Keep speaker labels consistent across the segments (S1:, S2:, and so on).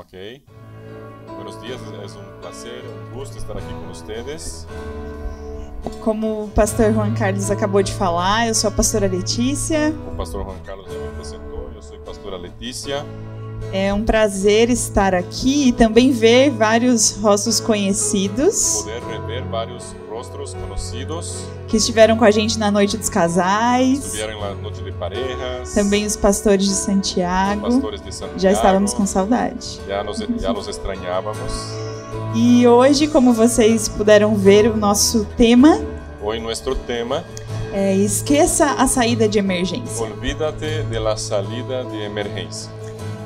S1: Ok. Buenos días, es un placer, un gusto estar aqui com vocês.
S2: Como o pastor Juan Carlos acabou de falar, eu sou a pastora Letícia.
S1: O pastor Juan Carlos já me apresentou, eu sou a pastora Letícia.
S2: É um prazer estar aqui e também ver vários rostos conhecidos
S1: Poder rever vários rostros conhecidos,
S2: que estiveram com a gente na Noite dos Casais,
S1: estiveram na noite de parejas,
S2: também os pastores de
S1: os
S2: Santiago.
S1: pastores de Santiago.
S2: Já estávamos com saudade.
S1: já nos, já nos estranhávamos.
S2: E hoje, como vocês puderam ver, o nosso tema
S1: Hoje nosso tema,
S2: é Esqueça a Saída de Emergência.
S1: olvídate de la salida de emergência.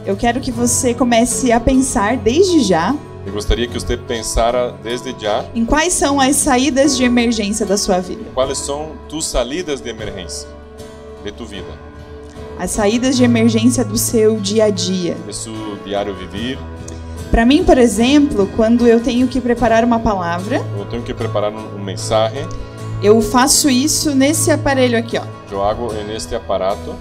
S2: Eu quero que você comece a pensar desde já
S1: Eu gostaria que você pensara desde já
S2: em quais são as saídas de emergência da sua vida.
S1: quais são tuas salidas de emergência de tua vida,
S2: as saídas de emergência do seu dia a dia.
S1: de seu diário vivir.
S2: Para mim, por exemplo, quando eu tenho que preparar uma palavra,
S1: Eu tenho que preparar um, um mensagem.
S2: eu faço isso nesse aparelho aqui, ó.
S1: Eu hago neste aparato,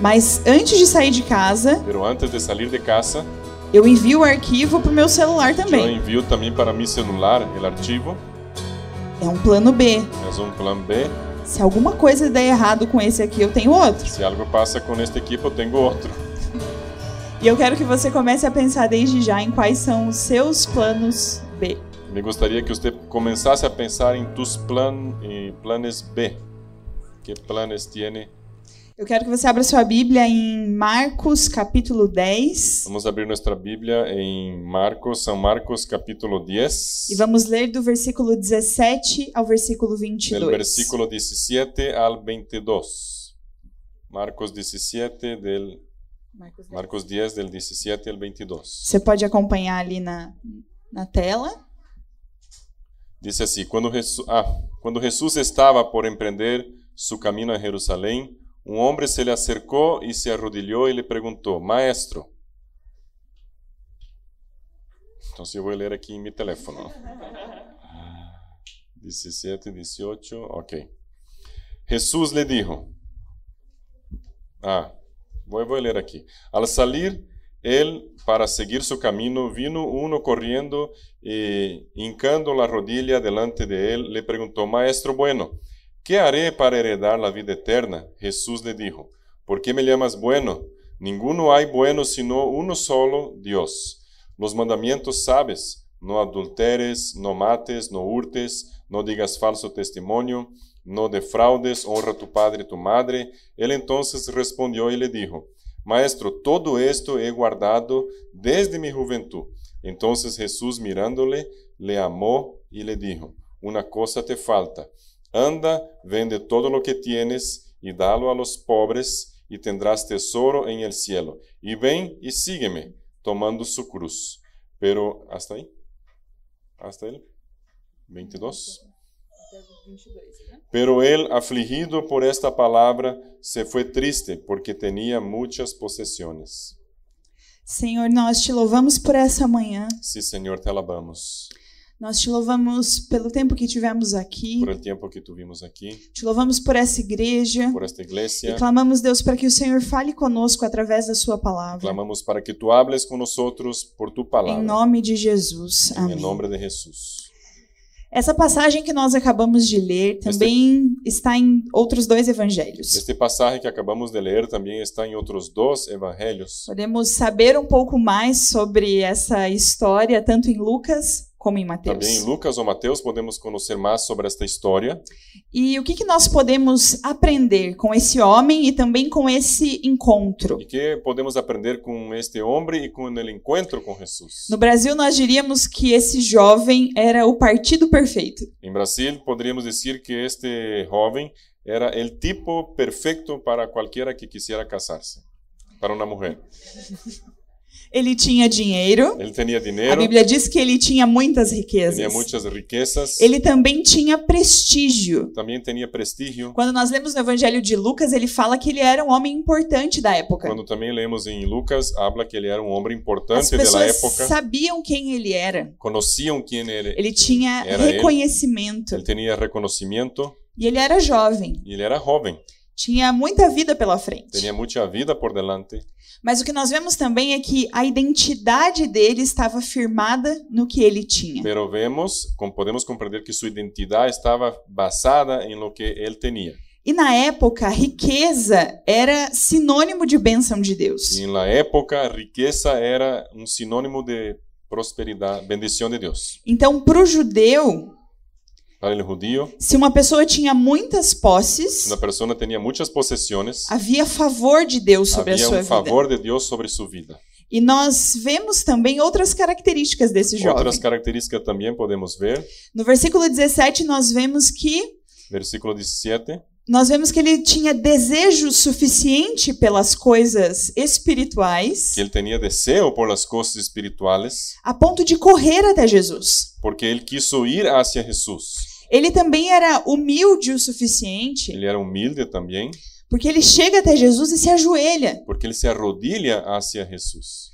S2: Mas antes de sair de casa,
S1: pero antes de sair de casa,
S2: eu envio o arquivo pro meu celular
S1: eu
S2: também.
S1: envio também para meu celular o arquivo,
S2: É um plano B.
S1: é um plano B.
S2: Se alguma coisa der errado com esse aqui, eu tenho outro.
S1: Se algo passa com este equipo, eu tenho outro.
S2: E eu quero que você comece a pensar desde já em quais são os seus planos B.
S1: Me gostaria que você começasse a pensar em tus plan, em planos B. Que planos tiene?
S2: Eu quero que você abra sua Bíblia em Marcos, capítulo 10,
S1: Vamos abrir nossa Bíblia em Marcos, São Marcos, capítulo 10.
S2: e vamos ler do versículo 17 ao versículo
S1: del
S2: 22.
S1: versículo 17 al 22. Marcos 17 del Marcos 10 del 17 al 22.
S2: Você pode acompanhar ali na, na tela.
S1: Dice así, cuando Jesús, ah, cuando Jesús estaba por emprender su camino a Jerusalén, un hombre se le acercó y se arrodilló y le preguntó, Maestro. Entonces yo voy a leer aquí en mi teléfono. 17, 18, ok. Jesús le dijo, ah, voy, voy a leer aquí. Al salir él para seguir su camino, vino uno corriendo y hincando la rodilla delante de él, le preguntó, Maestro bueno, ¿qué haré para heredar la vida eterna? Jesús le dijo, ¿por qué me llamas bueno? Ninguno hay bueno sino uno solo, Dios. Los mandamientos sabes, no adulteres, no mates, no hurtes, no digas falso testimonio, no defraudes, honra a tu padre y tu madre. Él entonces respondió y le dijo, Maestro, todo esto he guardado desde mi juventud. Entonces Jesús mirándole, le amó y le dijo, Una cosa te falta. Anda, vende todo lo que tienes y dalo a los pobres y tendrás tesoro en el cielo. Y ven y sígueme, tomando su cruz. Pero, ¿hasta ahí? ¿Hasta él? 22. Pero él, afligido por esta palabra, se fue triste porque tenía muchas posesiones.
S2: Senhor, nós te louvamos por essa manhã.
S1: Sí, Señor, te alabamos
S2: Nós te louvamos pelo tempo que tivemos aqui.
S1: por el tiempo que tuvimos aquí,
S2: Te louvamos por essa igreja.
S1: por esta
S2: E
S1: iglesia.
S2: clamamos, Deus, para que o Senhor fale conosco através da sua palavra.
S1: Clamamos para que tú hables con nosotros por tu
S2: Em
S1: palabra.
S2: nome de Jesus.
S1: En
S2: Amém.
S1: el nombre de Jesús.
S2: Essa passagem que nós acabamos de ler também está em outros dois evangelhos.
S1: Este pasaje que acabamos de leer también está en otros dos evangelios.
S2: Podemos saber um pouco mais sobre essa história, tanto em Lucas como em Mateus.
S1: También en Lucas o Mateos podemos conocer más sobre esta historia.
S2: E o que, que nós podemos aprender com esse homem e também com esse encontro?
S1: ¿Y qué podemos aprender con este hombre y con el encuentro con Jesús?
S2: No Brasil, nós diríamos que esse jovem era o partido perfeito.
S1: En Brasil podríamos decir que este joven era el tipo perfecto para cualquiera que quisiera casarse, para una mujer.
S2: Ele tinha dinheiro,
S1: Él tenía
S2: a
S1: dinero,
S2: Bíblia diz que ele tinha muitas
S1: tenía
S2: riquezas.
S1: muchas riquezas,
S2: Ele também tinha prestígio.
S1: también tenía prestigio.
S2: Quando nós lemos no Evangelho de Lucas, ele fala que ele era um homem importante da época.
S1: Cuando también leemos en Lucas, habla que él era un hombre
S2: As
S1: importante de la
S2: pessoas
S1: época,
S2: sabiam quem ele era.
S1: conocían quién era.
S2: Ele tinha
S1: Era ele.
S2: reconhecimento.
S1: Él tenía reconocimiento
S2: E ele era jovem.
S1: y él era joven.
S2: Tinha muita vida pela frente.
S1: tenía mucha vida por delante,
S2: Mas o que nós vemos também é que a identidade dele estava firmada no que ele tinha.
S1: pero vemos, com- podemos compreender que sua identidade estava basada em lo que ele tinha.
S2: E na época, a riqueza era sinônimo de bênção de Deus.
S1: E na época, a riqueza era um sinônimo de prosperidade, bendição de Deus.
S2: Então, para o judeu,
S1: Para o judío,
S2: se uma pessoa tinha muitas posses,
S1: uma pessoa tinha muitas possessões,
S2: havia favor de Deus sobre a
S1: havia
S2: sua
S1: um
S2: vida.
S1: favor de Deus sobre sua vida.
S2: E nós vemos também outras características desse jovem.
S1: Outras características também podemos ver,
S2: No versículo 17 nós vemos que
S1: versículo 17,
S2: nós vemos que ele tinha desejo suficiente pelas coisas espirituais
S1: que ele tinha desejo por as coisas espirituais,
S2: a ponto de correr até Jesus.
S1: porque ele quis ir hacia Jesus.
S2: Ele também era humilde o suficiente,
S1: Ele era humilde também,
S2: porque ele chega até Jesus e se ajoelha.
S1: porque ele se arrodilha hacia Jesus.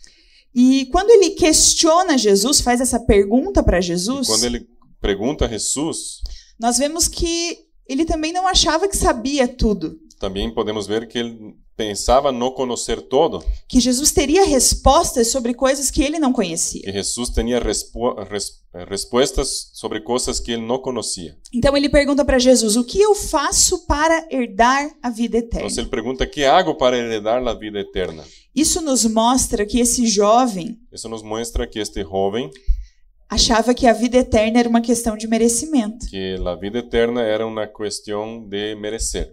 S2: E quando ele questiona Jesus, faz essa pergunta para
S1: E
S2: Jesus,
S1: quando ele pergunta a Jesus,
S2: nós vemos que ele também não achava que sabia tudo,
S1: também podemos ver que ele pensava não conhecer todo,
S2: que Jesus teria respostas sobre coisas que ele não conhecia.
S1: que Jesus tinha respo- res- respostas sobre coisas que ele não conhecia.
S2: Então ele pergunta para Jesus: O que eu faço para herdar a vida
S1: Então
S2: eterna?
S1: ele pergunta: "Que hago para heredar a vida eterna?"
S2: Isso nos mostra que esse jovem
S1: Isso nos mostra que este jovem,
S2: achava que a vida eterna era uma questão de merecimento.
S1: que a vida eterna era uma questão de merecer.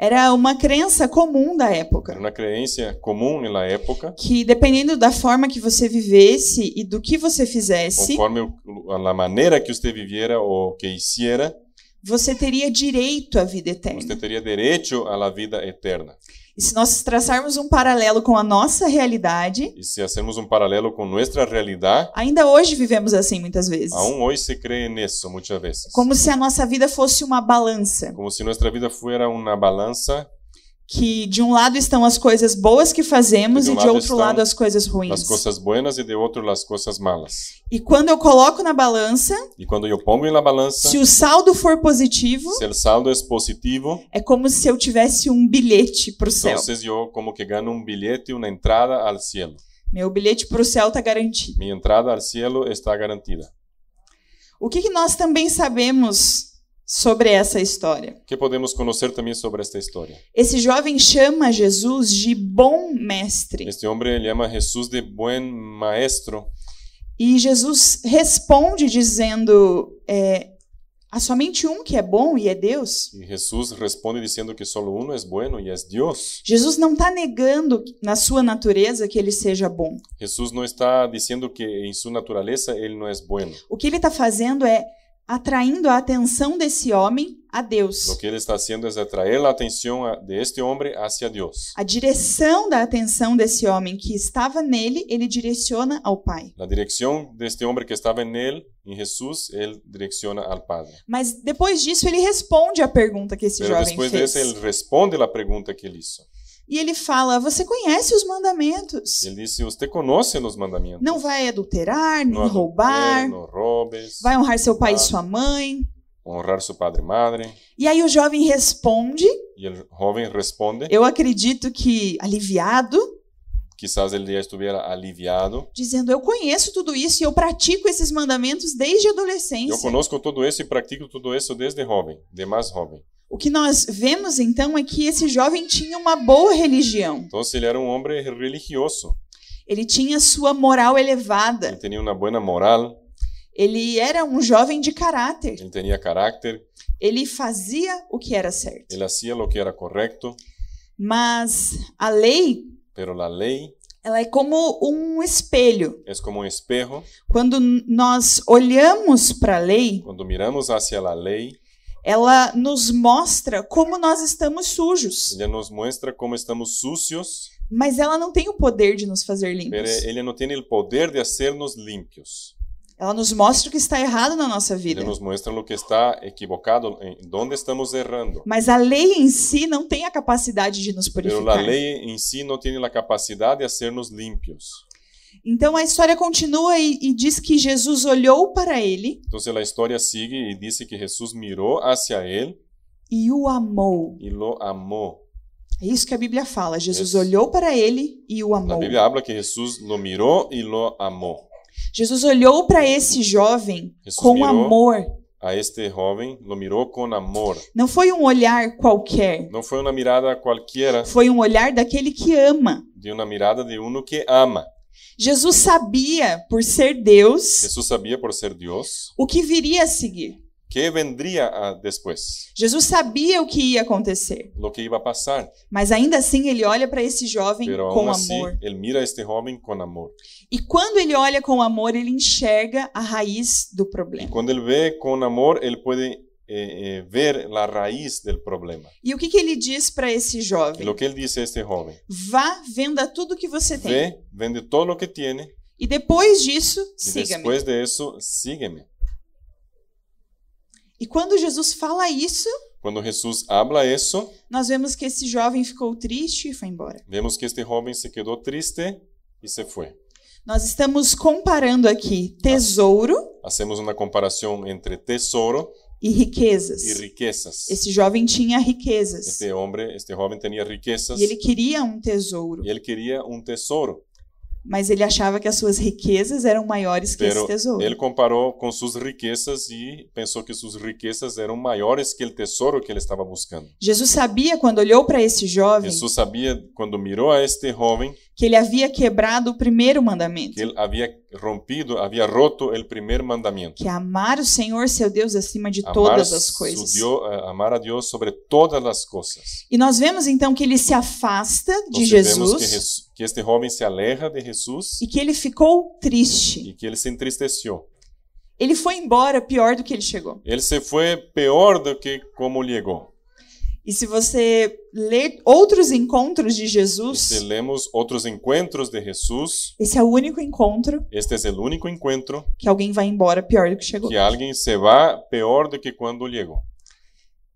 S2: Era uma crença comum da
S1: Era
S2: época.
S1: uma crença comum na época,
S2: Que dependendo da forma que você vivesse e do que você fizesse,
S1: conforme o- a maneira que você viviera ou que hiciera,
S2: você teria direito à vida
S1: você
S2: eterna.
S1: teria direito à vida eterna.
S2: E se nós traçarmos um paralelo com a nossa realidade,
S1: E se fazemos um paralelo com nossa realidade,
S2: ainda hoje vivemos assim muitas vezes.
S1: aún hoje se crê nisso muitas vezes.
S2: Como se a nossa vida fosse uma balança.
S1: Como se nossa vida fosse uma balança,
S2: que de um lado estão as coisas boas que fazemos
S1: Que de um
S2: e de
S1: lado
S2: outro
S1: estão
S2: lado as coisas ruins.
S1: as coisas boas e de outro as coisas malas.
S2: E quando eu coloco na balança,
S1: E quando eu pongo na balança,
S2: se o saldo for positivo,
S1: se o saldo é positivo,
S2: é como se eu tivesse um bilhete pro céu.
S1: então eu como que ganho um bilhete, uma entrada ao cielo.
S2: Meu bilhete pro céu tá garantido.
S1: Minha entrada ao cielo está garantida.
S2: O que, que nós também sabemos sobre essa história?
S1: O que podemos conhecer também sobre esta história?
S2: Esse jovem chama Jesus de bom mestre.
S1: Este homem ele chama Jesus de bom maestro
S2: E Jesus responde dizendo: é, há somente um que é bom e é Deus.
S1: e Jesus responde dizendo que solo um é bueno e é Deus.
S2: Jesus não está negando na sua natureza que ele seja bom.
S1: Jesus não está dizendo que em sua natureza ele não é bueno.
S2: O que ele está fazendo é atraindo a atenção desse homem a
S1: O
S2: Deus.
S1: que ele está haciendo é atrair a atenção a- de este homem hacia Deus.
S2: A direção da atenção desse homem que estava nele, ele direciona ao Pai.
S1: A direção deste homem este que estava nele, em Jesus, ele direciona ao Padre.
S2: Mas depois disso, ele responde à pergunta que esse
S1: Mas
S2: jovem
S1: depois
S2: fez.
S1: disso, ele responde a pergunta que ele hizo.
S2: E ele fala: Você conhece os mandamentos?
S1: Ele disse: Você conhece os mandamentos?
S2: Não vai adulterar, nem
S1: Não adultere,
S2: roubar,
S1: não roubes,
S2: vai honrar seu pai e
S1: roubar.
S2: sua mãe.
S1: honrar seu padre e madre.
S2: E aí o jovem responde:
S1: E o jovem responde,
S2: Eu acredito que aliviado.
S1: quizás ele já estivera aliviado.
S2: dizendo: Eu conheço tudo isso e eu pratico esses mandamentos desde a
S1: Eu
S2: adolescência.
S1: conosco tudo isso e pratico tudo isso desde jovem, de mais jovem.
S2: O que nós vemos então é que esse jovem tinha uma boa religião,
S1: Então, ele era um homem religioso.
S2: ele tinha sua moral
S1: Ele
S2: elevada,
S1: tinha uma boa moral,
S2: ele era um jovem de caráter,
S1: ele tinha caráter,
S2: ele fazia o que era certo.
S1: ele hacía lo que era correto,
S2: Mas a lei,
S1: pero a lei
S2: ela é como um espelho.
S1: é como um espejo.
S2: Quando n- nós olhamos para a lei,
S1: Quando miramos hacia a lei,
S2: ela nos mostra como nós estamos sujos,
S1: ela nos mostra como estamos sucios,
S2: mas ela não tem o poder de nos fazer
S1: pero
S2: limpos.
S1: ele não tem o poder de hacernos limpios.
S2: Ela nos mostra o que está errado na nossa vida.
S1: Ele nos mostra o que está equivocado, em onde estamos errando.
S2: Mas a lei em si não tem a capacidade de nos
S1: Pero la
S2: purificar.
S1: ley en sí no tiene la capacidad de hacernos limpios.
S2: Então a história continua e, e diz que Jesus olhou para ele
S1: Entonces la historia sigue y dice que Jesús miró hacia él
S2: e o amou.
S1: y lo amó.
S2: É isso que a Bíblia fala. Jesus
S1: Isso.
S2: olhou para ele e o
S1: La
S2: amou.
S1: Biblia habla que Jesús lo miró y lo amó.
S2: Jesus olhou para esse jovem
S1: Jesus
S2: com
S1: mirou
S2: amor.
S1: a este joven, lo miró con amor.
S2: Não foi um olhar qualquer.
S1: No fue una mirada cualquiera,
S2: Foi um olhar daquele que ama.
S1: de una mirada de uno que ama.
S2: Jesus sabia, por ser Deus,
S1: Jesús sabía por ser Dios
S2: o que viria a seguir.
S1: que vendría ah, después,
S2: Jesus sabia o que ia acontecer.
S1: lo que iba a pasar.
S2: Mas ainda assim, ele olha para esse jovem
S1: Pero
S2: com
S1: aún así,
S2: amor.
S1: él mira a este joven con amor.
S2: E quando ele olha com amor, ele enxerga a raiz do
S1: Y
S2: problema.
S1: cuando él ve con amor, él puede eh, eh, ver la raíz del problema.
S2: E o que, que ele diz para esse
S1: Y
S2: jovem?
S1: lo que él dice a este joven,
S2: Vá, venda tudo que você tem.
S1: ve, vende todo lo que tiene
S2: E depois disso,
S1: y
S2: siga-me.
S1: después de eso, sígueme.
S2: E quando Jesus fala isso,
S1: Cuando Jesús habla eso,
S2: nós vemos que esse jovem ficou triste e foi embora.
S1: vemos que este joven se quedó triste y se fue.
S2: Nós estamos comparando aqui tesouro
S1: Hacemos una comparación entre tesoro
S2: e riquezas.
S1: y riquezas.
S2: Esse jovem tinha riquezas.
S1: Este hombre, este joven tenía riquezas
S2: E ele queria um tesouro,
S1: y él queria un tesoro,
S2: mas ele achava que as suas riquezas eram maiores que esse
S1: pero
S2: tesouro.
S1: él comparó con sus riquezas y pensó que sus riquezas eran mayores que el tesoro que él estaba buscando.
S2: Jesus sabia quando olhou para esse jovem
S1: Jesús sabía cuando miró a este joven
S2: que ele havia quebrado o primeiro mandamento,
S1: que él había rompido, había roto el primer mandamiento.
S2: que é amar o Senhor, seu Deus, acima de
S1: Amar,
S2: todas as
S1: su
S2: coisas.
S1: Dio- a- amar a Dios sobre todas las cosas.
S2: E nós vemos então que ele se afasta de
S1: Entonces vemos que,
S2: Jesus
S1: Jes- que este joven se aleja de Jesús
S2: e que ele ficou triste.
S1: y que él se entristeció.
S2: Ele foi embora pior do que ele chegou.
S1: Él se fue peor do que como llegó.
S2: E se você ler outros encontros de
S1: Y Si
S2: Jesus,
S1: leemos otros encuentros de Jesús,
S2: esse é o único encontro
S1: este es el único encuentro
S2: que alguém vai embora pior do que chegou.
S1: que é alguien se va peor do que cuando llegó.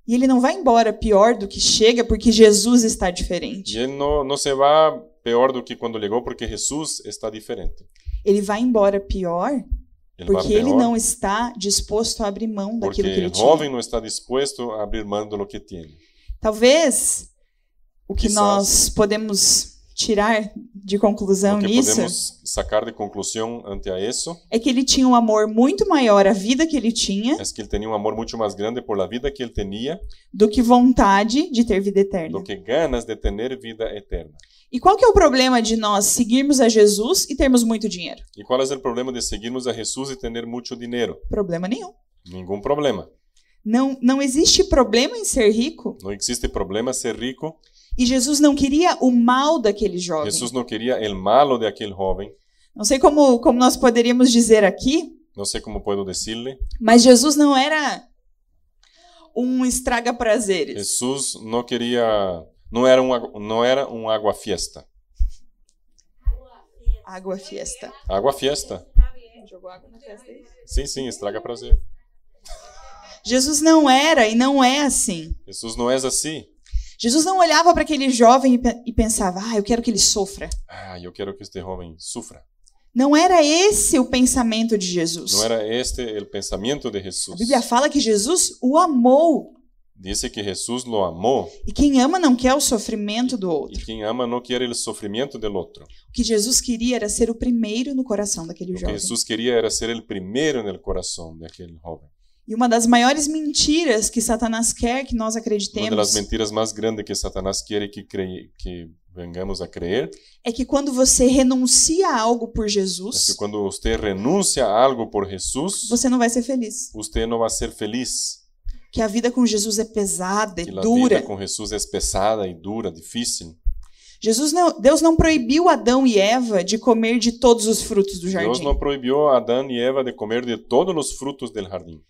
S2: E ele não vai embora pior do que chega porque Jesus está diferente.
S1: Y él no, no se va peor do que cuando llegó porque Jesús está diferente.
S2: Ele vai embora pior
S1: Él va
S2: porque ele
S1: peor
S2: não está disposto a abrir mão
S1: porque
S2: daquilo que ele
S1: el
S2: tinha.
S1: joven no está dispuesto a abrir mão de lo que tiene.
S2: Talvez o que
S1: Quizás.
S2: nós podemos tirar de
S1: Lo
S2: conclusão
S1: que
S2: nisso
S1: podemos sacar de conclusão ante a isso
S2: é que ele tinha um amor muito maior à vida que ele tinha
S1: é que ele tinha um amor muito mais grande por la vida que ele tinha
S2: do que vontade de ter vida eterna.
S1: do que ganas de ter vida eterna.
S2: E qual que é o problema de nós seguirmos a Jesus e termos muito dinheiro?
S1: E qual é o problema de seguirmos a Jesus e ter muito dinheiro?
S2: Problema nenhum.
S1: Nenhum problema.
S2: Não, não existe problema em ser rico.
S1: Não existe problema ser rico.
S2: E Jesus não queria o mal daquele jovem.
S1: Jesus não queria el malo de aquele jovem.
S2: Não sei como, como nós poderíamos dizer aqui,
S1: Não sei como posso dizer-lhe.
S2: mas Jesus não era um estraga prazeres.
S1: Jesus não queria, não era um agu- não era um água fiesta.
S2: Água fiesta.
S1: Água fiesta.
S2: Jogou água na festa dele?
S1: Sim, sim, estraga prazer.
S2: Jesus não era e não é assim.
S1: Jesus não é assim.
S2: Jesus não olhava para aquele jovem e pe- e pensava, ah, eu quero que ele sofra.
S1: Ah, eu quero que este jovem sufra.
S2: Não era esse o pensamento de Jesus.
S1: Não era este o pensamento de
S2: A
S1: Jesus.
S2: Bíblia fala que Jesus o amou.
S1: Diz que Jesus lo amou
S2: E quem ama não quer o sofrimento do
S1: e
S2: outro.
S1: quem ama não quer o sofrimento do outro.
S2: O que Jesus queria era ser o primeiro no coração daquele
S1: O que
S2: jovem.
S1: Então, Jesus queria era ser o primeiro no coração daquele jovem.
S2: E uma das maiores mentiras que Satanás quer que nós
S1: Uma das
S2: acreditemos
S1: mentiras mais grandes que Satanás quer é que cre... que venhamos a crer
S2: é que quando você renuncia a algo por
S1: é que
S2: Jesus,
S1: quando você renuncia a algo por Jesus,
S2: você não vai ser feliz.
S1: você não vai ser feliz.
S2: Que a vida com Jesus é pesada, é
S1: Que a vida
S2: dura.
S1: com Jesus é pesada e dura, difícil.
S2: Jesus não, Deus não proibiu Adão e Eva de comer de todos os frutos do
S1: Deus
S2: jardim.
S1: não proibiu a Adão e Eva de comer de todos os frutos do jardim.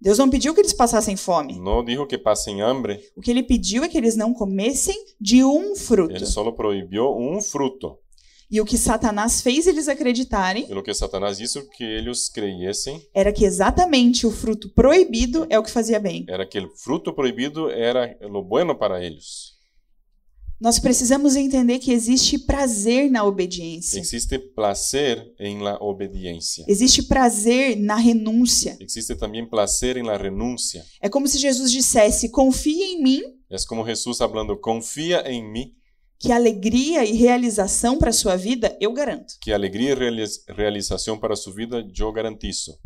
S2: Deus não pediu que eles passassem fome.
S1: Não dijo que passem hambre,
S2: O que ele pediu é que eles não comessem de um fruto.
S1: ele só proibiu um fruto.
S2: E o que Satanás fez eles acreditarem
S1: E o que Satanás disse que eles creiessem
S2: era que exatamente o fruto proibido é o que fazia bem.
S1: era que o fruto proibido era o bueno para eles.
S2: Nós precisamos entender que existe prazer na obediência.
S1: Existe placer en la obediencia.
S2: Existe prazer na renúncia.
S1: Existe también placer en la renuncia.
S2: É como se Jesus dissesse: confia em mim,
S1: Es É como Jesús hablando, confía en mí,
S2: que alegria e realização para sua vida eu garanto.
S1: que alegría y realiz- realización para su vida yo garantizo.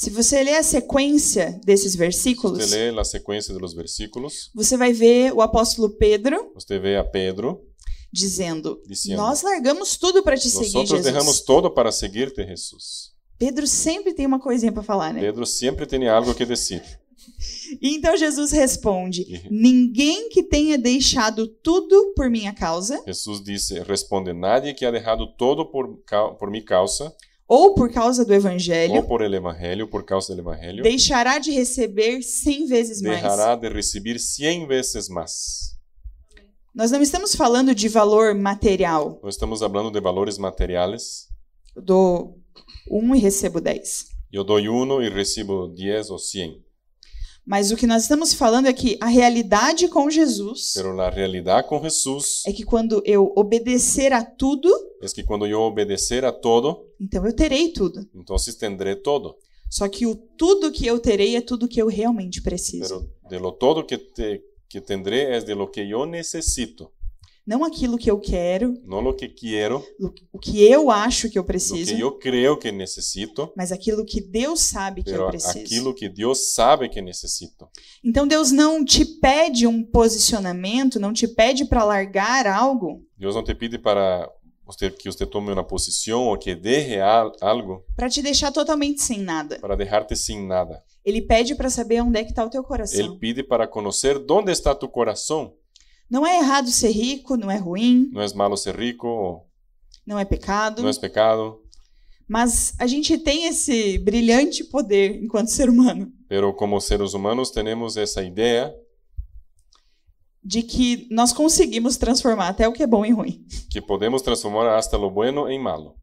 S2: Se você ler a sequência desses
S1: Usted
S2: versículos,
S1: lee la secuencia de los versículos,
S2: você vai ver o apóstolo Pedro
S1: usted ve a Pedro
S2: dizendo:
S1: diciendo,
S2: Nós largamos tudo para te seguir,
S1: nosotros
S2: Jesus.
S1: dejamos todo para seguirte, Jesús.
S2: Pedro sempre tem uma coisinha para falar, né?
S1: Pedro siempre tiene algo que decir.
S2: E então Jesus responde:
S1: Uhum.
S2: Ninguém que tenha deixado tudo por minha causa,
S1: Jesús dice, responde, nadie que ha dejado todo por, cau- por mi causa
S2: ou por causa do evangelho,
S1: o por el Evangelio, por causa del Evangelio,
S2: deixará de receber cem vezes mais.
S1: dejará de recibir 100 veces más.
S2: Nós não estamos falando de valor material,
S1: No estamos hablando de valores materiales.
S2: eu dou um e recebo dez.
S1: Yo doy uno y recibo 10 o 100.
S2: Mas o que nós estamos falando é que a realidade com Jesus
S1: Pero la realidad con Jesús
S2: é que quando eu obedecer a tudo,
S1: es que cuando yo obedecer a todo,
S2: então eu terei tudo.
S1: entonces tendré todo.
S2: Só que o tudo que eu terei é tudo que eu realmente preciso,
S1: Pero de lo todo que, te- que tendré es de lo que yo necesito,
S2: não aquilo que eu quero,
S1: no lo que quiero,
S2: lo- o que eu acho que eu
S1: lo
S2: preciso,
S1: que yo creo que necesito,
S2: mas aquilo que Deus sabe que eu
S1: pero
S2: preciso.
S1: aquilo que Dios sabe que necesito.
S2: Então Deus não te pede um posicionamento, não te pede para largar algo
S1: Dios no te pide para usted que usted tome una posición o que deje al- algo
S2: para te deixar totalmente sem nada.
S1: para dejarte sin nada.
S2: Ele pede para saber onde é que está o teu coração.
S1: Él pide para conocer dónde está tu corazón.
S2: Não é errado ser rico, não é ruim,
S1: No es malo ser rico, o
S2: não é pecado.
S1: no es pecado,
S2: Mas a gente tem esse brilhante poder enquanto ser humano
S1: pero como seres humanos tenemos esa idea
S2: de que nós conseguimos transformar até o que é bom em ruim.
S1: que podemos transformar hasta lo bueno en malo.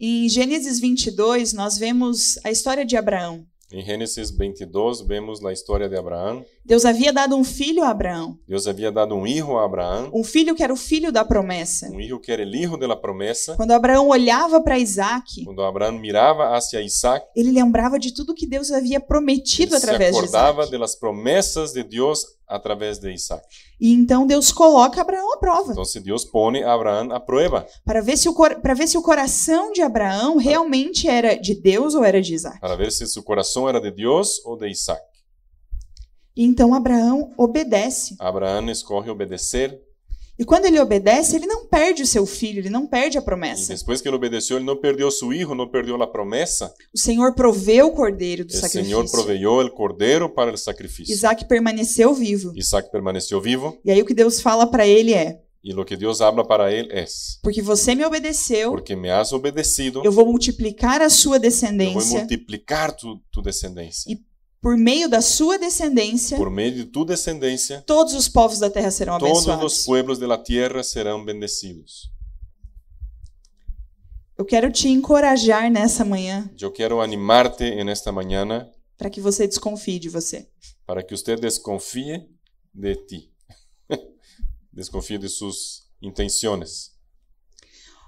S2: Em Gênesis 22, nós vemos a história de Abraão.
S1: Em Gênesis 22 vemos a história de Abraão.
S2: Deus havia dado um filho a Abraão,
S1: Deus havia dado um filho a Abraão,
S2: um filho que era o filho da promessa.
S1: um filho que era o filho da promessa.
S2: Quando Abraão olhava para Isaac,
S1: Quando Abraão mirava hacia Isaac,
S2: ele lembrava de tudo que Deus havia prometido
S1: ele se
S2: através de
S1: acordava
S2: Isaac.
S1: das promessas de Deus através de Isaac.
S2: E então Deus coloca Abraão à prova,
S1: Então, se Deus põe a Abraão à prova
S2: para ver se o, cor- para ver se o coração de Abraão realmente era de Deus ou era de Isaac.
S1: para ver se seu coração era de Deus ou de Isaac.
S2: E então Abraão obedece.
S1: Abraão escolhe obedecer
S2: E quando ele obedece, ele não perde o seu filho, ele não perde a
S1: e
S2: promessa.
S1: depois que ele obedeceu, ele não perdeu seu filho, não perdeu a promessa.
S2: O Senhor proveu o cordeiro do
S1: O Senhor
S2: sacrifício.
S1: proveyó o cordeiro para o sacrifício.
S2: Isaac permaneceu vivo.
S1: Isaac permaneceu vivo
S2: E aí o que Deus fala para ele é:
S1: e o que Deus habla para ele é:
S2: porque você me obedeceu,
S1: Porque me has obedecido,
S2: eu vou multiplicar a sua
S1: eu vou
S2: descendência.
S1: multiplicar tu, tu descendência.
S2: E- Por meio da sua descendência,
S1: Por meio de tu descendência,
S2: todos os povos da terra serão
S1: todos os
S2: abençoados.
S1: pueblos de la tierra serão bendecidos.
S2: Eu quero te encorajar nessa manhã
S1: Eu quero animar-te en esta mañana
S2: para que você desconfie de você.
S1: para que você desconfie de ti. desconfie de suas intenções.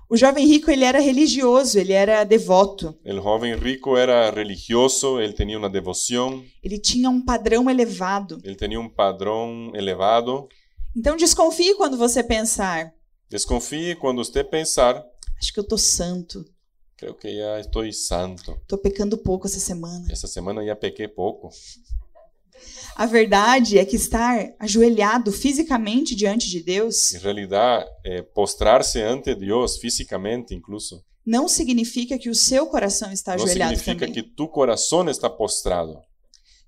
S2: O jovem rico, ele era religioso, ele era devoto.
S1: El jovem rico era religioso, ele tinha uma devoção,
S2: Ele tinha um padrão elevado.
S1: ele tinha um padrão elevado.
S2: Então desconfie quando você pensar:
S1: Desconfie quando você pensar,
S2: acho que eu tô santo.
S1: creio que já estou santo.
S2: Tô pecando pouco essa semana.
S1: Essa semana já pequei pouco.
S2: A verdade é que estar ajoelhado fisicamente diante de Deus
S1: Em realidade, eh, postrar-se ante Deus fisicamente, incluso,
S2: não significa que o seu coração está
S1: não
S2: ajoelhado
S1: significa
S2: também.
S1: que tu coração está postrado.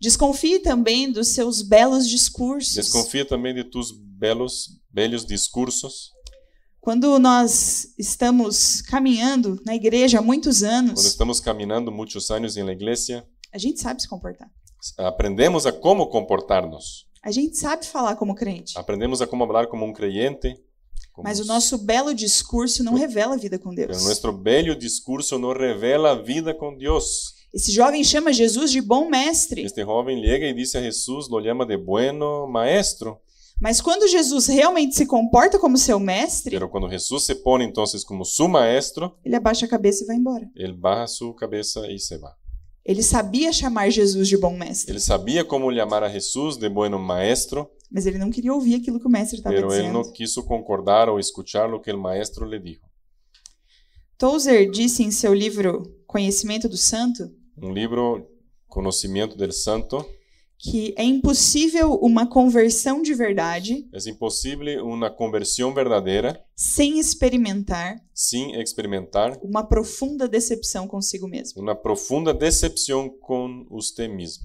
S2: Desconfie também dos seus belos discursos.
S1: Desconfia também de tus belos, belos discursos.
S2: Quando nós estamos caminhando na igreja há muitos
S1: Quando
S2: anos,
S1: estamos caminhando muitos anos em la igreja,
S2: a gente sabe se comportar.
S1: aprendemos a como comportar-nos.
S2: A gente sabe falar como crente.
S1: Aprendemos a como falar como um creyente. Como
S2: Mas o nosso belo discurso não revela a vida com
S1: Pero
S2: Deus.
S1: nosso belo discurso não revela a vida com Deus.
S2: Esse jovem chama Jesus de bom mestre,
S1: Este jovem chega e diz a Jesus, lo llama de bueno maestro,
S2: Mas quando Jesus realmente se comporta como seu mestre,
S1: Pero cuando Jesús se pone entonces como su maestro,
S2: ele abaixa a cabeça e vai embora.
S1: él baja su cabeza y se va.
S2: Ele sabia chamar Jesus de bom mestre,
S1: Él sabía cómo llamar a Jesús de bueno maestro,
S2: mas ele não queria ouvir aquilo que o mestre estava
S1: pero él
S2: dizendo.
S1: no quiso concordar o escuchar lo que el maestro le dijo.
S2: Tozer disse em seu livro Conhecimento do Santo
S1: Un libro, Conocimiento del Santo,
S2: que é impossível uma conversão de verdade
S1: es imposible una conversión verdadera
S2: sem experimentar
S1: sin experimentar
S2: uma profunda decepção consigo mesmo.
S1: una profunda decepción con usted mismo.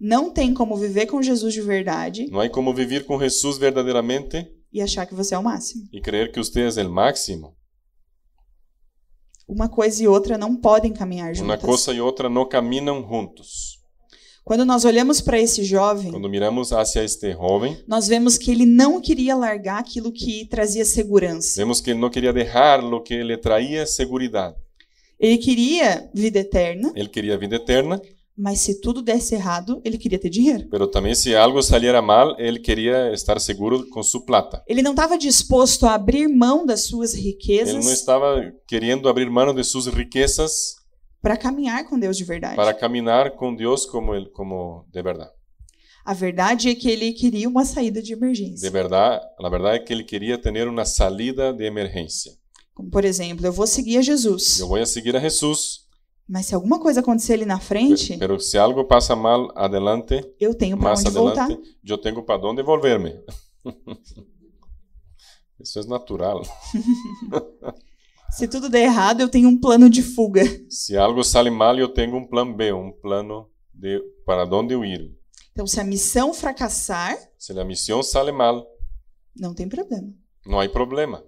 S2: Não tem como viver com Jesus de verdade
S1: No hay como vivir con Jesús verdaderamente
S2: e achar que você é o máximo.
S1: y creer que usted es el máximo.
S2: Uma coisa e outra não podem caminhar
S1: Una
S2: juntas.
S1: cosa y otra no caminan juntos.
S2: Quando nós olhamos para esse jovem,
S1: Cuando miramos hacia este joven,
S2: nós vemos que ele não queria largar aquilo que trazia segurança.
S1: vemos que él no quería dejar lo que le traía seguridad.
S2: Ele queria vida eterna,
S1: Él quería vida eterna,
S2: mas se tudo desse errado, ele queria ter dinheiro.
S1: pero también si algo saliera mal, él quería estar seguro con su plata.
S2: Ele não estava disposto a abrir mão das suas
S1: Él no
S2: riquezas
S1: estaba queriendo abrir mano de sus riquezas
S2: para caminhar com Deus de verdade.
S1: para caminar con Dios como, él, como de verdad.
S2: A verdade é que ele queria uma saída de
S1: De
S2: emergência.
S1: verdad, la verdad es que él quería tener una salida de emergencia.
S2: Como, por exemplo, eu vou seguir a Jesus,
S1: Yo voy a seguir a Jesús,
S2: mas se alguma coisa acontecer ali na frente,
S1: pero si algo pasa mal adelante,
S2: eu tenho para
S1: más
S2: onde voltar.
S1: adelante, yo tengo para dónde volverme. Eso es natural.
S2: Se tudo der errado, eu tenho um plano de fuga.
S1: Si algo sale mal, yo tengo un plan B, un plano de para dónde huir.
S2: Então, se a missão fracassar,
S1: Si la misión sale mal,
S2: não tem problema.
S1: no hay problema.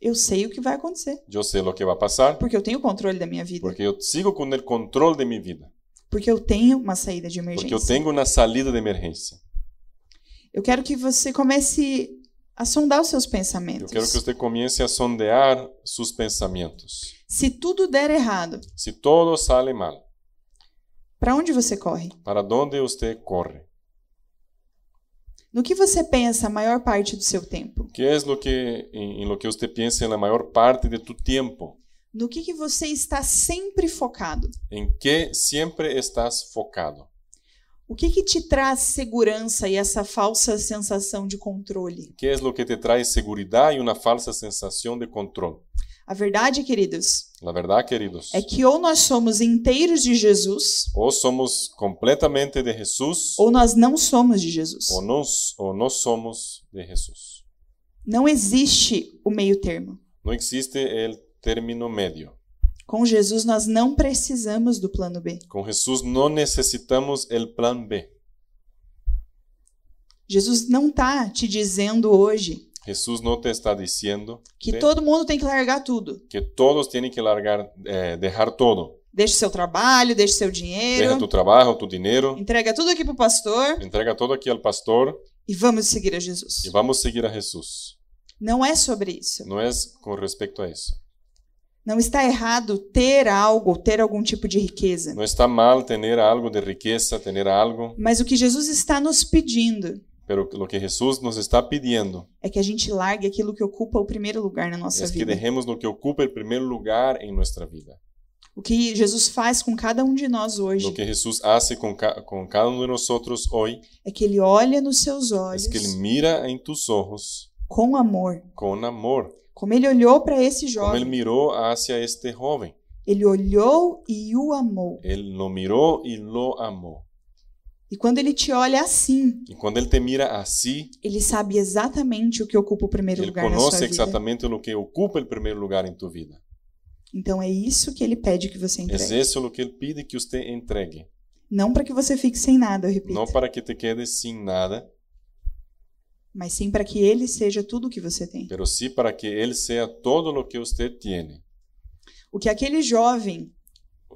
S2: Eu sei o que vai acontecer,
S1: Yo sé lo que va a pasar
S2: porque eu tenho o controle da minha vida,
S1: porque yo sigo con el control de mi vida,
S2: porque eu tenho uma saída de
S1: porque yo
S2: emergência.
S1: tengo una salida de emergencia.
S2: Eu quero que você comece a sondar os seus
S1: Yo quiero que
S2: pensamentos.
S1: usted comience a sondear sus pensamientos.
S2: Se tudo der errado,
S1: Si todo sale mal,
S2: para onde você corre?
S1: ¿para dónde usted corre?
S2: No que você pensa a maior parte do seu tempo?
S1: ¿Qué es lo que en, en lo que usted piensa en la mayor parte de tu tiempo?
S2: No que, que você está sempre focado?
S1: ¿En qué siempre estás focado?
S2: O que, que te traz segurança e essa falsa sensação de controle?
S1: ¿Qué es lo que te trae seguridad y una falsa sensación de control?
S2: A verdade, queridos,
S1: La verdad, queridos,
S2: é que ou nós somos inteiros de Jesus,
S1: o somos completamente de Jesús
S2: ou nós não somos de Jesus.
S1: o no, o no somos de Jesús.
S2: Não existe o meio termo.
S1: No existe el término medio.
S2: Com Jesus, nós não precisamos do plano B.
S1: Con Jesús no necesitamos el plan B.
S2: Jesus não está te dizendo hoje
S1: Jesús no te está diciendo
S2: que
S1: Sí.
S2: todo mundo tem que largar tudo.
S1: que todos tienen que largar, eh, dejar todo.
S2: Deixa seu trabalho, deixa seu
S1: Deja
S2: dinheiro,
S1: tu trabajo, tu dinero,
S2: entrega tudo aqui pro pastor
S1: entrega todo aquí al pastor
S2: e vamos seguir a
S1: y
S2: Jesus.
S1: vamos a seguir a Jesús.
S2: Não é sobre isso.
S1: No es con respecto a eso.
S2: Não está errado ter algo, ter algum tipo de riqueza.
S1: No está mal tener algo de riqueza, tener algo,
S2: Mas o que Jesus está nos pedindo
S1: pero lo que Jesús nos está pidiendo
S2: é que a gente largue aquilo que ocupa o primeiro lugar na nossa
S1: es que
S2: vida.
S1: dejemos lo que ocupa el primer lugar en nuestra vida.
S2: O que Jesus faz com cada um de nós hoje
S1: Lo que Jesús hace con, ca- con cada uno de nosotros hoy
S2: é que ele olha nos seus olhos
S1: es que Él mira en tus ojos
S2: com amor.
S1: con amor,
S2: Como ele olhou para esse
S1: como Él
S2: jovem,
S1: miró hacia este joven.
S2: ele olhou e o amou.
S1: Él lo miró y lo amó.
S2: E quando ele te olha assim,
S1: Y cuando Él te mira así,
S2: ele sabe exatamente o que ocupa o primeiro
S1: Él
S2: lugar na sua
S1: conoce
S2: vida.
S1: exactamente lo que ocupa el primer lugar en tu vida.
S2: Então é isso que ele pede que você
S1: Es
S2: entregue.
S1: eso lo que Él pide que usted entregue.
S2: Não para que você fique sem nada, eu repito,
S1: No para que te quedes sin nada,
S2: mas sim para que ele seja tudo o que você tem.
S1: pero sí para que Él sea todo lo que usted tiene.
S2: O que aquele jovem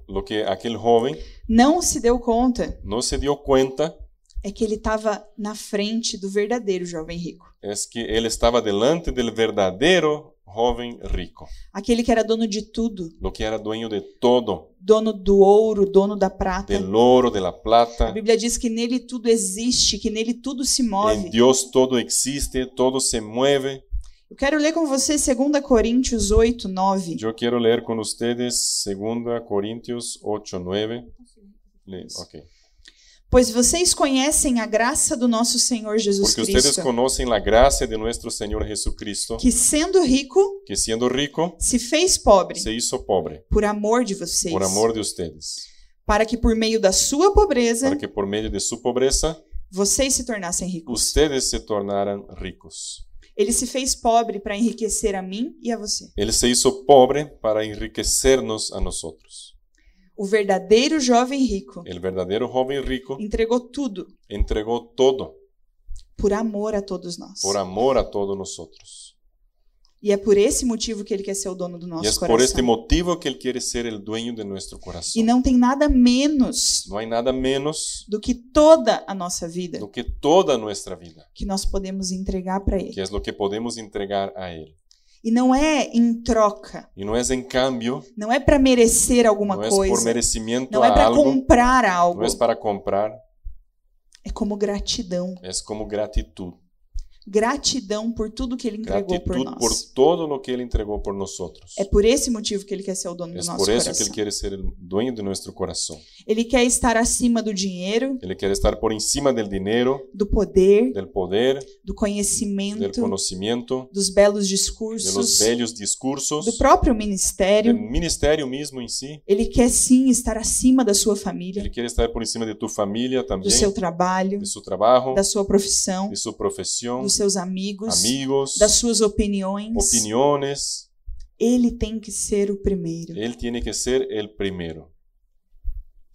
S1: Lo que aquel joven
S2: não se deu conta
S1: no se dio cuenta
S2: é que ele estava na frente do verdadeiro jovem rico.
S1: es que Él estaba delante del verdadero joven rico,
S2: aquele que era dono de tudo,
S1: lo que era dueño de todo,
S2: dono do ouro, dono da prata.
S1: del oro, de la
S2: A
S1: plata.
S2: Bíblia diz que nele tudo existe, que nele tudo se
S1: En
S2: move.
S1: Dios todo existe, todo se mueve.
S2: Eu quero ler com você 2 Coríntios 8, 9.
S1: Yo quiero leer con ustedes 2 Corintios 8, 9. Le- ok.
S2: Pois vocês conhecem a graça do nosso Senhor Jesus
S1: Porque ustedes
S2: Cristo,
S1: conocen la gracia de nuestro Señor Jesucristo,
S2: que sendo rico,
S1: que siendo rico,
S2: se fez pobre
S1: se hizo pobre
S2: por amor de vocês,
S1: por amor de ustedes,
S2: para que por meio da sua pobreza
S1: para que por medio de su pobreza
S2: vocês se tornassem ricos.
S1: ustedes se tornaran ricos.
S2: Ele se fez pobre para enriquecer a mim e a você.
S1: Él se hizo pobre para enriquecernos a nosotros.
S2: O verdadeiro jovem rico
S1: El verdadero joven rico
S2: entregou tudo
S1: entregó todo
S2: por amor a todos nós.
S1: por amor a todos nosotros.
S2: E é por esse motivo que ele quer ser o dono do
S1: Y es
S2: nosso
S1: é por este
S2: coração.
S1: motivo que Él quiere ser el dueño de nuestro
S2: E
S1: corazón.
S2: não tem nada menos
S1: No hay nada menos
S2: do que toda a nossa vida
S1: do que toda nuestra vida,
S2: que nós podemos entregar para ele.
S1: que es lo que podemos entregar a Él.
S2: E não é em troca,
S1: Y no es en cambio,
S2: não é para merecer alguma
S1: no es é por
S2: coisa,
S1: merecimiento
S2: não é
S1: a
S2: para
S1: algo, é
S2: comprar algo,
S1: no es para comprar,
S2: é como gratidão.
S1: es como gratitud.
S2: Gratidão por tudo que ele entregou por
S1: Gratitud por
S2: nós.
S1: todo lo que Él entregó por nosotros.
S2: É por esse motivo que ele quer ser o dono do
S1: Es
S2: nosso
S1: É por eso que
S2: coração.
S1: Él quiere ser el dueño de nuestro corazón.
S2: Ele quer estar acima do dinheiro,
S1: Él quiere estar por encima del dinero,
S2: do poder,
S1: del poder,
S2: do
S1: del
S2: conhecimento,
S1: conocimiento,
S2: dos belos
S1: de los
S2: discursos,
S1: bellos discursos,
S2: do próprio
S1: del
S2: ministério.
S1: ministerio mismo en sí.
S2: Ele quer sim estar acima da sua família,
S1: Él quiere estar por encima de tu familia
S2: do
S1: también,
S2: seu trabalho,
S1: de su trabajo,
S2: da sua profissão,
S1: de su profesión,
S2: dos seus é um amigos,
S1: amigos,
S2: das suas opiniões.
S1: opiniones.
S2: Ele tem que ser o primeiro.
S1: Él tiene que ser el primero.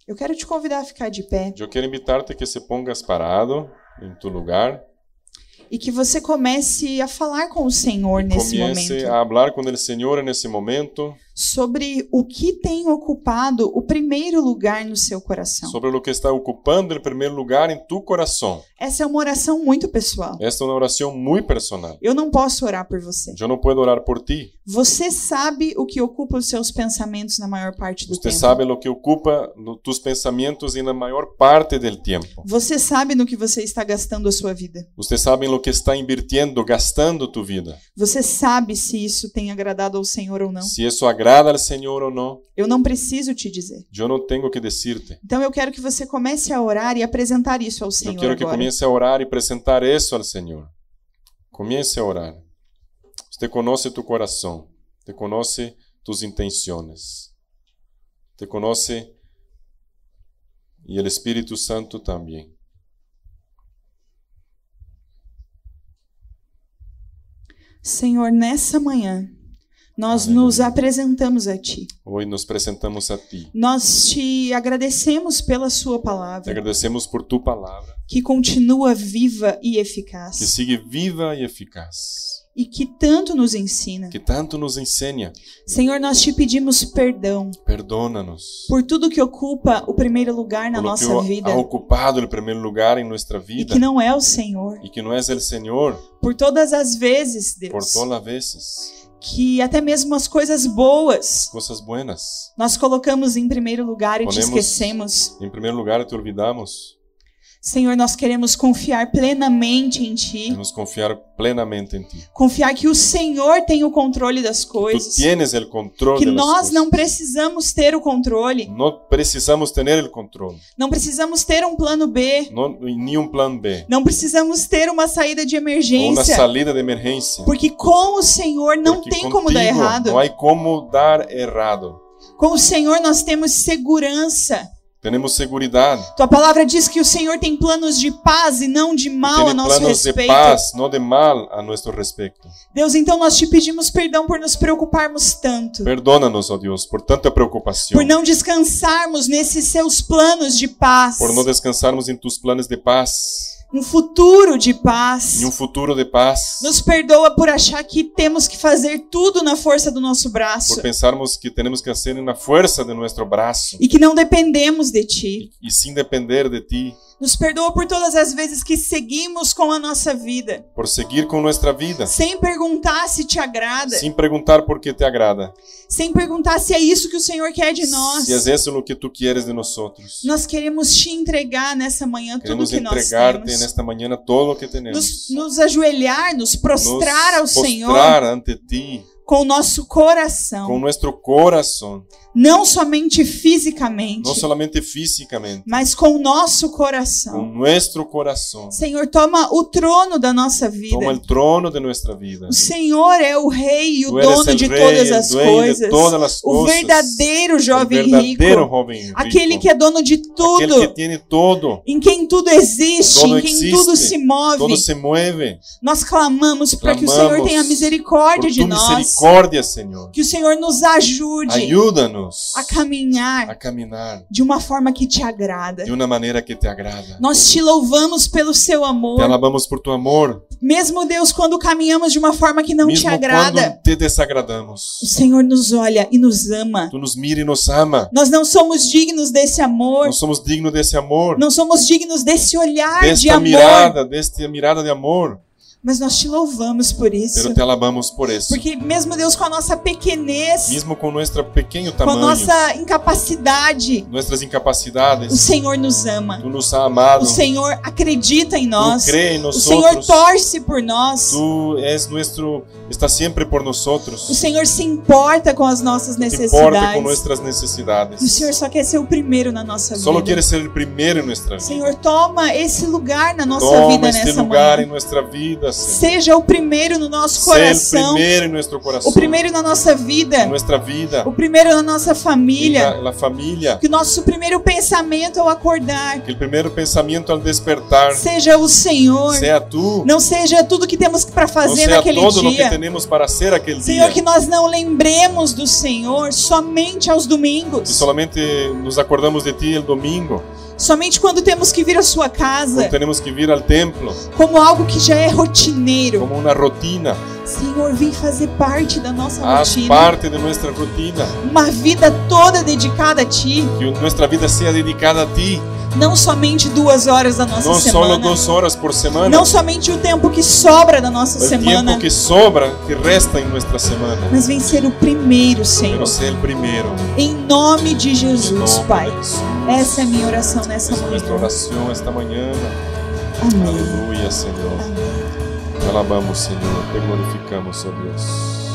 S2: Eu quero te convidar a ficar de pé
S1: Yo quiero invitarte que se pongas parado en tu lugar
S2: e que você comece a falar com o Senhor
S1: y
S2: nesse
S1: comience
S2: momento
S1: a hablar con el Señor en ese momento
S2: sobre o que tem ocupado o primeiro lugar no seu coração.
S1: sobre lo que está ocupando el primer lugar en tu corazón.
S2: Essa é uma oração muito pessoal.
S1: Esta es una oración muy personal.
S2: Eu não posso orar por você.
S1: Yo no puedo orar por ti.
S2: Você sabe o que ocupa os seus pensamentos na maior parte do
S1: Usted
S2: tempo.
S1: sabe lo que ocupa lo- tus pensamientos en la mayor parte del tiempo.
S2: Você sabe no que você está gastando a sua vida.
S1: Usted sabe en lo que está invirtiendo, gastando tu vida.
S2: Você sabe se isso tem agradado ao Senhor ou não.
S1: Si eso agrada al Señor o no,
S2: Eu não preciso te dizer.
S1: yo no tengo que decirte.
S2: Então eu quero que você comece a orar e apresentar isso ao
S1: Yo
S2: Senhor
S1: quiero que
S2: agora.
S1: comience a orar y presentar eso al Señor. Comience a orar. Usted conoce tu corazón, te conoce tus intenciones, te conoce y el Espíritu Santo también.
S2: Senhor, nessa manhã nós
S1: Aleluia.
S2: nos apresentamos a ti.
S1: Hoy nos presentamos a ti.
S2: Nós te agradecemos pela sua
S1: Te
S2: palavra,
S1: agradecemos por tu palabra,
S2: que continua viva e
S1: que
S2: eficaz
S1: sigue viva y eficaz,
S2: e que tanto nos ensina.
S1: que tanto nos enseña.
S2: Senhor, nós te pedimos perdão
S1: Perdónanos
S2: por tudo que ocupa o primeiro lugar na
S1: por lo que
S2: nossa vida
S1: ha ocupado el primer lugar en nuestra
S2: e
S1: vida
S2: que não é o Senhor.
S1: y que no es el Señor
S2: Por todas as vezes,
S1: por
S2: Deus,
S1: todas las veces.
S2: que até mesmo as coisas boas
S1: cosas buenas.
S2: Nós colocamos em primeiro lugar e te
S1: Podemos-
S2: esquecemos.
S1: Em primeiro lugar, te olvidamos
S2: Senhor, nós queremos confiar plenamente em
S1: de
S2: Ti.
S1: nos confiar plenamente em ti.
S2: Confiar que o Senhor tem o controle das
S1: Tu
S2: coisas.
S1: tienes el control
S2: Que
S1: de las
S2: nós
S1: cosas.
S2: não precisamos ter o controle.
S1: No precisamos tener el control,
S2: Não precisamos ter um plano B.
S1: no, ni un plan B,
S2: Não precisamos ter uma saída de
S1: ou una
S2: emergência.
S1: salida de emergência.
S2: Porque com o Senhor não
S1: Porque
S2: tem como dar
S1: contigo
S2: errado.
S1: Não há como dar errado.
S2: Com o Senhor nós temos segurança.
S1: Temos segurança.
S2: Tua palavra diz que o Senhor tem planos de paz e não de mal a
S1: Tem
S2: nosso
S1: planos de
S2: respeito.
S1: paz, não de mal a nosso respeito.
S2: Deus, então nós te pedimos perdão por nos preocuparmos tanto,
S1: Perdónanos, oh Deus, por tanta preocupação.
S2: por não descansarmos nesses seus planos de paz.
S1: por não descansarmos em tus planos de paz.
S2: um futuro de paz.
S1: e um futuro de paz.
S2: Nos perdoa por achar que temos que fazer tudo na força do nosso braço
S1: Por pensarmos que tenemos que hacer en la fuerza de nuestro brazo
S2: e que não dependemos de ti.
S1: y, y sin depender de ti,
S2: Nos perdoa por todas as vezes que seguimos com a nossa vida
S1: por seguir con nuestra vida,
S2: sem perguntar se te agrada,
S1: sin preguntar por qué te agrada,
S2: sem perguntar se é isso que o Senhor quer de nós.
S1: si es eso lo que tú quieres de nosotros.
S2: Nós queremos te entregar nessa manhã tudo
S1: Queremos
S2: que nós
S1: entregarte en
S2: temos.
S1: esta mañana todo lo que
S2: Nos,
S1: tenemos.
S2: nos ajoelhar, nos prostrar ao
S1: Nos
S2: Senhor
S1: postrar ante ti
S2: com o nosso coração,
S1: con nuestro corazón,
S2: não somente fisicamente,
S1: no solamente físicamente,
S2: mas com o nosso coração.
S1: con nuestro corazón.
S2: Senhor, toma o trono da nossa vida.
S1: Toma el trono de nuestra vida.
S2: O Senhor é o rei e o
S1: Tú eres
S2: dono
S1: el
S2: de
S1: rey,
S2: todas
S1: el
S2: as
S1: dueño
S2: coisas.
S1: de todas las
S2: O
S1: cosas.
S2: verdadeiro
S1: El
S2: jovem
S1: verdadero
S2: rico,
S1: joven rico.
S2: aquele que é dono de
S1: Aquel que
S2: tudo,
S1: tiene todo,
S2: em quem tudo existe,
S1: Todo
S2: em quem
S1: existe,
S2: tudo se
S1: todo
S2: move.
S1: se mueve.
S2: Nós clamamos para que o
S1: Clamamos
S2: Senhor tenha
S1: Por
S2: misericórdia de
S1: tu
S2: nós,
S1: misericordia, Senhor.
S2: que o Senhor nos ajude
S1: Ayúdanos
S2: a caminhar
S1: a caminar
S2: de uma forma que te agrada.
S1: de una manera que te agrada.
S2: Nós te louvamos pelo seu
S1: Te
S2: amor,
S1: alabamos por tu amor,
S2: mesmo Deus, quando caminhamos de uma forma que não te
S1: mesmo
S2: agrada,
S1: quando te
S2: o
S1: desagradamos.
S2: Senhor nos olha e nos ama.
S1: Tu nos mira e nos ama.
S2: Nós não somos dignos desse amor,
S1: Não somos dignos desse amor,
S2: não somos dignos desse olhar de
S1: desta
S2: amor,
S1: mirada, desta mirada de amor.
S2: mas nós te louvamos por isso.
S1: Pero te alabamos por isso.
S2: Porque mesmo Deus com a nossa pequenez,
S1: Mesmo com nosso pequeno
S2: com a
S1: tamanho,
S2: nossa incapacidade,
S1: nossas
S2: o
S1: incapacidades,
S2: Senhor nos ama.
S1: tu nos has amado.
S2: O Senhor acredita em
S1: Tu
S2: nós.
S1: crê em
S2: O Senhor
S1: nosotros.
S2: torce por nós.
S1: Tu és nuestro, está sempre por
S2: O
S1: nosotros.
S2: Senhor se importa com as nossas
S1: Te importa com
S2: necessidades.
S1: nossas
S2: E o Senhor
S1: necessidades.
S2: só quer ser o primeiro na nossa
S1: Solo
S2: vida.
S1: quieres ser o primeiro em nossa vida.
S2: Senhor, toma esse lugar na nossa
S1: Toma
S2: vida
S1: este
S2: nessa
S1: lugar em
S2: manhã.
S1: nossa vida, Senhor.
S2: Seja o primeiro no nosso
S1: Ser o
S2: coração,
S1: primeiro em nosso coração.
S2: o primeiro na nossa vida,
S1: em nossa vida.
S2: o primeiro na nossa família.
S1: En la, la familia.
S2: Que o nosso primeiro pensamento ao acordar
S1: Que el primer pensamiento al despertar
S2: seja o Senhor,
S1: sea tú.
S2: não seja tudo que temos para
S1: no
S2: fazer
S1: sea
S2: naquele
S1: todo lo que
S2: dia.
S1: tenemos para hacer aquel
S2: Senhor,
S1: día.
S2: que nós não lembremos do Senhor somente aos
S1: Que
S2: domingos,
S1: solamente nos acordamos de ti el domingo.
S2: somente quando temos que vir à sua
S1: Cuando
S2: casa,
S1: tenemos que ir al templo.
S2: como algo que já é rotineiro.
S1: Como una rutina.
S2: Senhor, vem fazer parte da nossa
S1: Haz
S2: rotina,
S1: parte de nuestra rutina.
S2: uma vida toda dedicada a Ti,
S1: Que nuestra vida sea dedicada a ti.
S2: não somente duas horas da nossa
S1: No solo
S2: semana,
S1: dos horas por semana.
S2: não somente o tempo que sobra da nossa
S1: el tiempo
S2: semana,
S1: que sobra, que resta en nuestra semana.
S2: mas vem ser o primeiro, Senhor.
S1: Pero sé el primero.
S2: Em nome de
S1: En
S2: Jesus,
S1: nombre de
S2: Pai.
S1: Jesús.
S2: Essa é a minha oração nessa
S1: Es nuestra
S2: manhã.
S1: oración esta mañana.
S2: Amém.
S1: Aleluia, Senhor.
S2: Amém.
S1: Te alabamos, Senhor. Te glorificamos, oh ó Deus.